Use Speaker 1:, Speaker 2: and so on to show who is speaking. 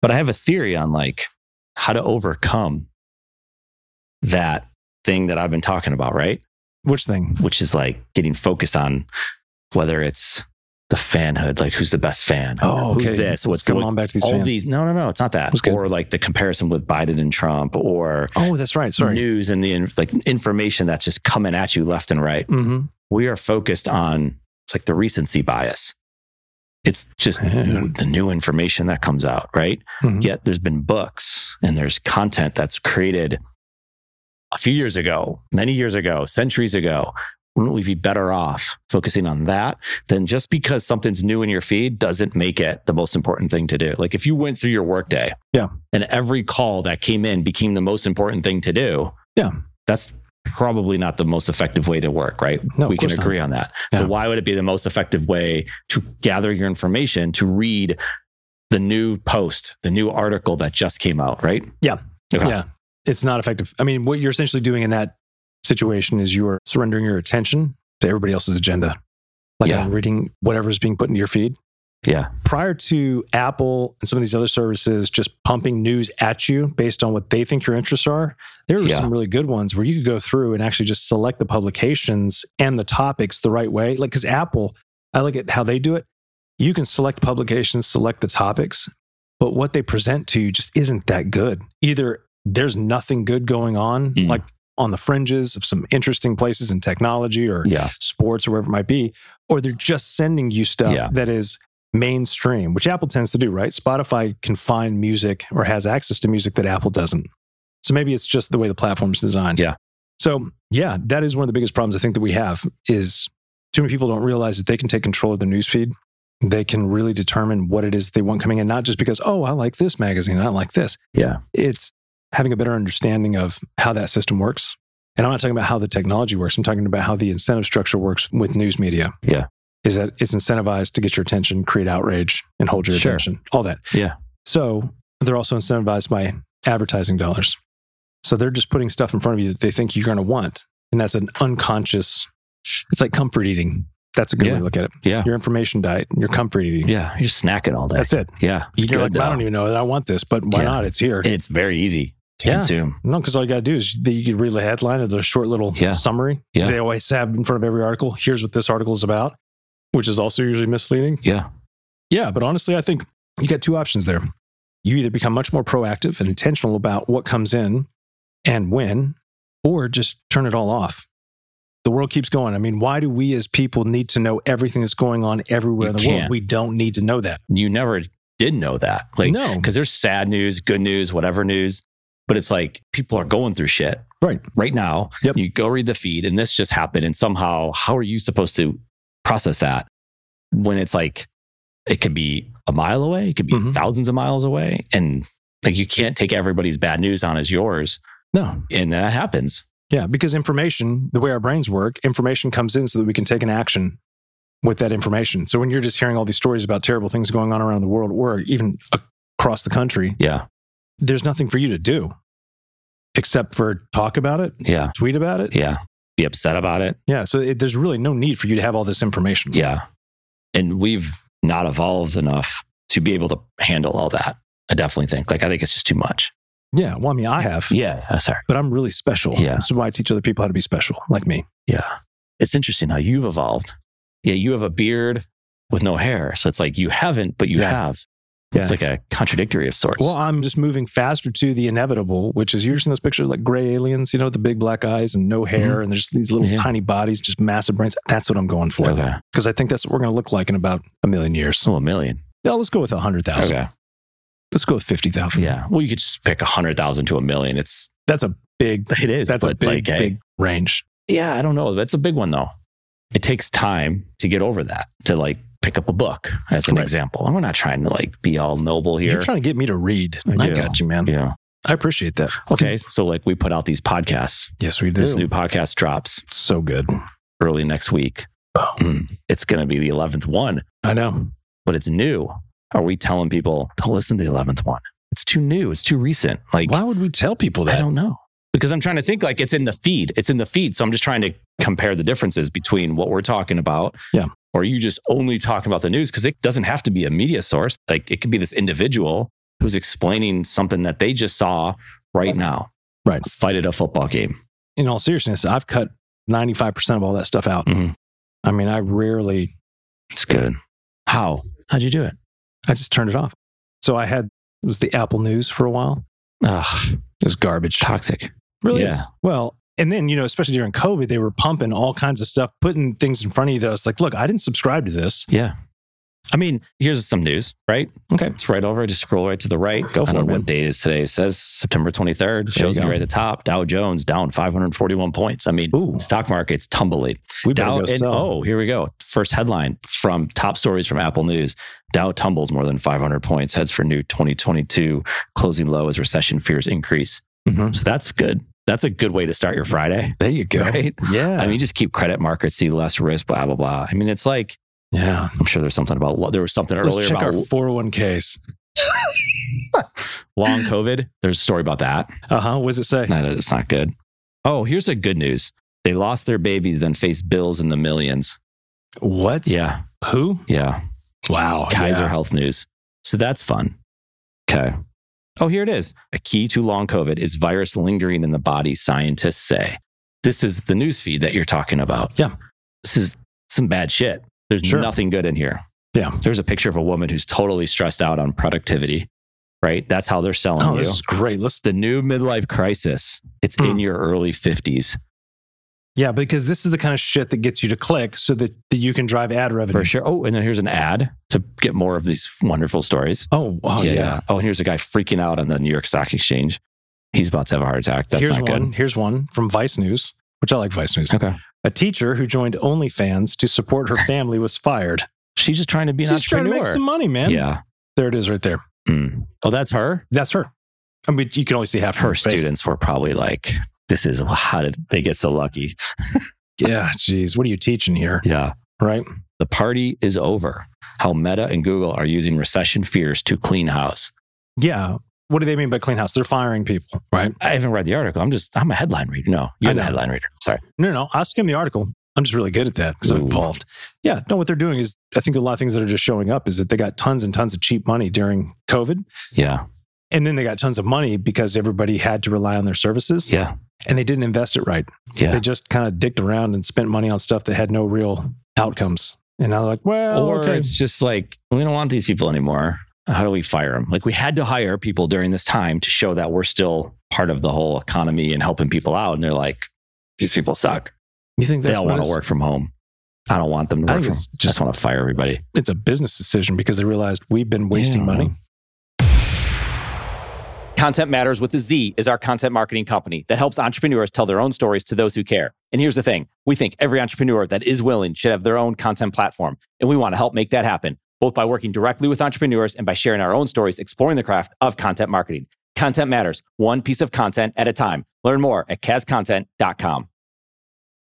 Speaker 1: But I have a theory on like how to overcome that thing that I've been talking about, right?
Speaker 2: Which thing?
Speaker 1: Which is like getting focused on whether it's the fanhood, like who's the best fan?
Speaker 2: Oh, okay.
Speaker 1: Who's this?
Speaker 2: Let's
Speaker 1: What's
Speaker 2: come
Speaker 1: what-
Speaker 2: on back to these
Speaker 1: all
Speaker 2: fans.
Speaker 1: these? No, no, no, it's not that.
Speaker 2: That's good.
Speaker 1: Or like the comparison with Biden and Trump, or
Speaker 2: oh, that's right. Sorry.
Speaker 1: news and the in- like information that's just coming at you left and right.
Speaker 2: mm-hmm.
Speaker 1: We are focused on it's like the recency bias. It's just
Speaker 2: Yeah.
Speaker 1: new- the new information that comes out, right?
Speaker 2: Mhm.
Speaker 1: Yet there's been books and there's content that's created a few years ago, many years ago, centuries ago. Wouldn't we be better off focusing on that than just because something's new in your feed doesn't make it the most important thing to do? Like if you went through your workday
Speaker 2: Yeah.
Speaker 1: and every call that came in became the most important thing to do,
Speaker 2: Yeah.
Speaker 1: that's probably not the most effective way to work, right?
Speaker 2: No, of
Speaker 1: we can
Speaker 2: course not.
Speaker 1: agree on that.
Speaker 2: Yeah.
Speaker 1: So why would it be the most effective way to gather your information to read the new post, the new article that just came out, right?
Speaker 2: Yeah.
Speaker 1: Okay.
Speaker 2: Yeah. It's not effective. I mean, what you're essentially doing in that situation is you are surrendering your attention to everybody else's agenda. Like
Speaker 1: Yeah.
Speaker 2: I'm reading whatever's being put into your feed.
Speaker 1: Yeah.
Speaker 2: Prior to Apple and some of these other services just pumping news at you based on what they think your interests are, there were
Speaker 1: Yeah.
Speaker 2: some really good ones where you could go through and actually just select the publications and the topics the right way. Like, because Apple, I look at how they do it. You can select publications, select the topics, but what they present to you just isn't that good. Either there's nothing good going on,
Speaker 1: Mm.
Speaker 2: like on the fringes of some interesting places in technology or
Speaker 1: Yeah.
Speaker 2: sports or wherever it might be, or they're just sending you stuff
Speaker 1: Yeah.
Speaker 2: that is mainstream, which Apple tends to do, right? Spotify can find music or has access to music that Apple doesn't. So maybe it's just the way the platform's designed.
Speaker 1: Yeah.
Speaker 2: So yeah, that is one of the biggest problems I think that we have is too many people don't realize that they can take control of their newsfeed. They can really determine what it is they want coming in, not just because, oh, I like this magazine, I don't like this.
Speaker 1: Yeah.
Speaker 2: It's having a better understanding of how that system works. And I'm not talking about how the technology works. I'm talking about how the incentive structure works with news media.
Speaker 1: Yeah.
Speaker 2: Is that it's incentivized to get your attention, create outrage, and hold your
Speaker 1: Sure.
Speaker 2: attention, all that.
Speaker 1: Yeah.
Speaker 2: So they're also incentivized by advertising dollars. So they're just putting stuff in front of you that they think you're going to want. And that's an unconscious, it's like comfort eating. That's a good way
Speaker 1: Yeah.
Speaker 2: to look at it.
Speaker 1: Yeah.
Speaker 2: Your information diet, your comfort eating.
Speaker 1: Yeah. You're snacking all day.
Speaker 2: That's it.
Speaker 1: yeah. It's
Speaker 2: You're like,
Speaker 1: good,
Speaker 2: I
Speaker 1: though.
Speaker 2: don't even know that I want this, but why
Speaker 1: Yeah.
Speaker 2: not? It's here.
Speaker 1: and it's very easy to
Speaker 2: Yeah.
Speaker 1: consume.
Speaker 2: No, because all you got to do is you you read the headline or the short little
Speaker 1: Yeah.
Speaker 2: summary.
Speaker 1: Yeah.
Speaker 2: They always have in front of every article. Here's what this article is about, which is also usually misleading.
Speaker 1: Yeah.
Speaker 2: Yeah, but honestly, I think you got two options there. You either become much more proactive and intentional about what comes in and when, or just turn it all off. The world keeps going. I mean, why do we as people need to know everything that's going on everywhere
Speaker 1: You
Speaker 2: in the world?
Speaker 1: can't.
Speaker 2: We don't need to know that.
Speaker 1: You never did know that. Like,
Speaker 2: no.
Speaker 1: because there's sad news, good news, whatever news, but it's like people are going through shit
Speaker 2: Right.
Speaker 1: right now.
Speaker 2: Yep.
Speaker 1: You go read the feed and this just happened. And somehow, how are you supposed to process that when it's like, it could be a mile away, it could be
Speaker 2: Mhm.
Speaker 1: thousands of miles away. And like, you can't take everybody's bad news on as yours.
Speaker 2: No.
Speaker 1: And that happens.
Speaker 2: Yeah, because information, the way our brains work, information comes in so that we can take an action with that information. So when you're just hearing all these stories about terrible things going on around the world or even across the country,
Speaker 1: Yeah.
Speaker 2: there's nothing for you to do except for talk about it,
Speaker 1: Yeah.
Speaker 2: tweet about it.
Speaker 1: Yeah. Be upset about it.
Speaker 2: Yeah, so it, there's really no need for you to have all this information.
Speaker 1: Yeah. And we've not evolved enough to be able to handle all that. I definitely think. Like, I think it's just too much.
Speaker 2: Yeah, well, I mean, I have,
Speaker 1: Yeah. uh, Sorry.
Speaker 2: but I'm really special.
Speaker 1: Yeah.
Speaker 2: This is why I teach other people how to be special, like me.
Speaker 1: Yeah. It's interesting how you've evolved. Yeah. You have a beard with no hair. So it's like you haven't, but you
Speaker 2: Yeah.
Speaker 1: have.
Speaker 2: Yes.
Speaker 1: It's like a contradictory of sorts.
Speaker 2: Well, I'm just moving faster to the inevitable, which is you've seen those pictures of, like gray aliens, you know, with the big black eyes and no hair, and there's these little
Speaker 1: Mm-hmm. Yeah.
Speaker 2: tiny bodies, just massive brains. That's what I'm going for
Speaker 1: okay.
Speaker 2: because I think that's what we're going to look like in about a million years.
Speaker 1: So a million.
Speaker 2: Yeah, let's go with a hundred thousand.
Speaker 1: Okay.
Speaker 2: Let's go with fifty thousand.
Speaker 1: Yeah. Well, you could just pick a hundred thousand to a million. It's,
Speaker 2: that's a big.
Speaker 1: it is.
Speaker 2: That's a
Speaker 1: but,
Speaker 2: big,
Speaker 1: like, hey,
Speaker 2: big range.
Speaker 1: Yeah, I don't know. That's a big one though. It takes time to get over that, to like pick up a book as an
Speaker 2: Right.
Speaker 1: example. And we're not trying to like be all noble here.
Speaker 2: You're trying to get me to read.
Speaker 1: I
Speaker 2: I,
Speaker 1: do.
Speaker 2: got you, man.
Speaker 1: yeah.
Speaker 2: I appreciate that.
Speaker 1: Okay. So like we put out these podcasts.
Speaker 2: Yes, we do.
Speaker 1: This new podcast drops
Speaker 2: It's so good.
Speaker 1: early next week. Mm, It's going to be the 11th one,
Speaker 2: I know.
Speaker 1: but it's new. Are we telling people to listen to the 11th one? It's too new. It's too recent. Like,
Speaker 2: Why would we tell people
Speaker 1: I
Speaker 2: that?
Speaker 1: don't know. Because I'm trying to think like it's in the feed. It's in the feed. So I'm just trying to compare the differences between what we're talking about.
Speaker 2: Yeah.
Speaker 1: Or you just only talking about the news because it doesn't have to be a media source. Like it could be this individual who's explaining something that they just saw right now.
Speaker 2: Right.
Speaker 1: A fight at a football game.
Speaker 2: in all seriousness, I've cut 95% of all that stuff out.
Speaker 1: Mhm.
Speaker 2: I mean, I rarely,
Speaker 1: It's good. How? How'd you do it?
Speaker 2: I just turned it off. So I had, it was the Apple News for a while.
Speaker 1: Ugh,
Speaker 2: It was garbage.
Speaker 1: toxic.
Speaker 2: Really?
Speaker 1: Yeah.
Speaker 2: is. Well, and then, you know, especially during COVID, they were pumping all kinds of stuff, putting things in front of you that I was like, look, I didn't subscribe to this.
Speaker 1: Yeah. I mean, here's some news, right?
Speaker 2: Okay.
Speaker 1: It's right over. Just scroll right to the right.
Speaker 2: Go for
Speaker 1: I don't
Speaker 2: it,
Speaker 1: know
Speaker 2: man.
Speaker 1: what date it is today. It says September 23rd.
Speaker 2: There you
Speaker 1: Shows me
Speaker 2: go.
Speaker 1: right at the top. Dow Jones down 541 points. I mean,
Speaker 2: Ooh,
Speaker 1: stock market's tumbling.
Speaker 2: we better
Speaker 1: Dow
Speaker 2: go
Speaker 1: and,
Speaker 2: sell.
Speaker 1: oh, here we go. First headline from top stories from Apple News. Dow tumbles more than 500 points, heads for new 2022 closing low as recession fears increase.
Speaker 2: Mhm.
Speaker 1: So that's good. That's a good way to start your Friday,
Speaker 2: There you go.
Speaker 1: right?
Speaker 2: Yeah.
Speaker 1: I mean, just keep credit markets, see less risk, blah, blah, blah. I mean, it's like,
Speaker 2: yeah.
Speaker 1: I'm sure there's something about, lo- there was something
Speaker 2: Let's
Speaker 1: earlier
Speaker 2: check
Speaker 1: about
Speaker 2: our 401ks.
Speaker 1: long COVID. There's a story about that.
Speaker 2: Uh huh. What does it say?
Speaker 1: No, no, it's not good. Oh, here's a good news. They lost their babies, then faced bills in the millions.
Speaker 2: What?
Speaker 1: Yeah.
Speaker 2: Who?
Speaker 1: Yeah.
Speaker 2: Wow.
Speaker 1: Oh, Kaiser
Speaker 2: yeah.
Speaker 1: Health News. So that's fun. Okay. Oh, here it is. A key to long COVID is virus lingering in the body, scientists say. This is the news feed that you're talking about.
Speaker 2: Yeah.
Speaker 1: This is some bad shit. There's
Speaker 2: Sure.
Speaker 1: nothing good in here.
Speaker 2: Yeah.
Speaker 1: There's a picture of a woman who's totally stressed out on productivity, right? That's how they're selling
Speaker 2: Oh,
Speaker 1: you.
Speaker 2: this is great. Let's
Speaker 1: the new midlife crisis. It's in
Speaker 2: Hmm.
Speaker 1: your early 50s.
Speaker 2: Yeah, because this is the kind of shit that gets you to click so that, that you can drive ad revenue.
Speaker 1: For sure. Oh, and then here's an ad to get more of these wonderful stories.
Speaker 2: Oh, oh yeah.
Speaker 1: Oh, and here's a guy freaking out on the New York Stock Exchange. He's about to have a heart attack. That's
Speaker 2: Here's
Speaker 1: not
Speaker 2: one. Here's one from Vice News, which I like Vice News.
Speaker 1: good. Okay.
Speaker 2: A teacher who joined OnlyFans to support her family was fired.
Speaker 1: She's just trying to be an
Speaker 2: She's trying to
Speaker 1: entrepreneur.
Speaker 2: make some money, man.
Speaker 1: yeah.
Speaker 2: There it is right there.
Speaker 1: Mm. Oh, that's her.
Speaker 2: That's her. I mean, you can only see half
Speaker 1: Her
Speaker 2: face.
Speaker 1: students were probably like, "This is how did they get so lucky?"
Speaker 2: Yeah, geez. What are you teaching here?
Speaker 1: Yeah.
Speaker 2: Right?
Speaker 1: The party is over. How Meta and Google are using recession fears to clean house.
Speaker 2: Yeah. What do they mean by clean house? They're firing people, right?
Speaker 1: I haven't read the article. I'm just I'm a headline reader. No, you're
Speaker 2: I
Speaker 1: the
Speaker 2: know.
Speaker 1: headline reader. Sorry.
Speaker 2: No, no. I skimmed the article. I'm just really good at that because I'm
Speaker 1: Ooh.
Speaker 2: involved. Yeah. No, what they're doing is I think a lot of things that are just showing up is that they got tons and tons of cheap money during COVID.
Speaker 1: Yeah.
Speaker 2: And then they got tons of money because everybody had to rely on their services
Speaker 1: Yeah.
Speaker 2: and they didn't invest it right.
Speaker 1: Yeah.
Speaker 2: They just kind of dicked around and spent money on stuff that had no real outcomes. And I was like, well,
Speaker 1: or
Speaker 2: Oh, okay.
Speaker 1: it's just like we don't want these people anymore. How do we fire them? Like we had to hire people during this time to show that we're still part of the whole economy and helping people out. And they're like, these people suck.
Speaker 2: You think
Speaker 1: They
Speaker 2: that's
Speaker 1: all
Speaker 2: what
Speaker 1: want to
Speaker 2: it's-
Speaker 1: work from home. I don't want them to
Speaker 2: I
Speaker 1: work
Speaker 2: think
Speaker 1: from.
Speaker 2: it's
Speaker 1: Just
Speaker 2: just
Speaker 1: want to fire everybody.
Speaker 2: it's a business decision because they realized we've been wasting
Speaker 1: Yeah.
Speaker 2: money.
Speaker 3: Content Matters with a Z is our content marketing company that helps entrepreneurs tell their own stories to those who care. And here's the thing we think every entrepreneur that is willing should have their own content platform. And we want to help make that happen, both by working directly with entrepreneurs and by sharing our own stories, exploring the craft of content marketing. Content Matters, one piece of content at a time. Learn more at cascontent.com.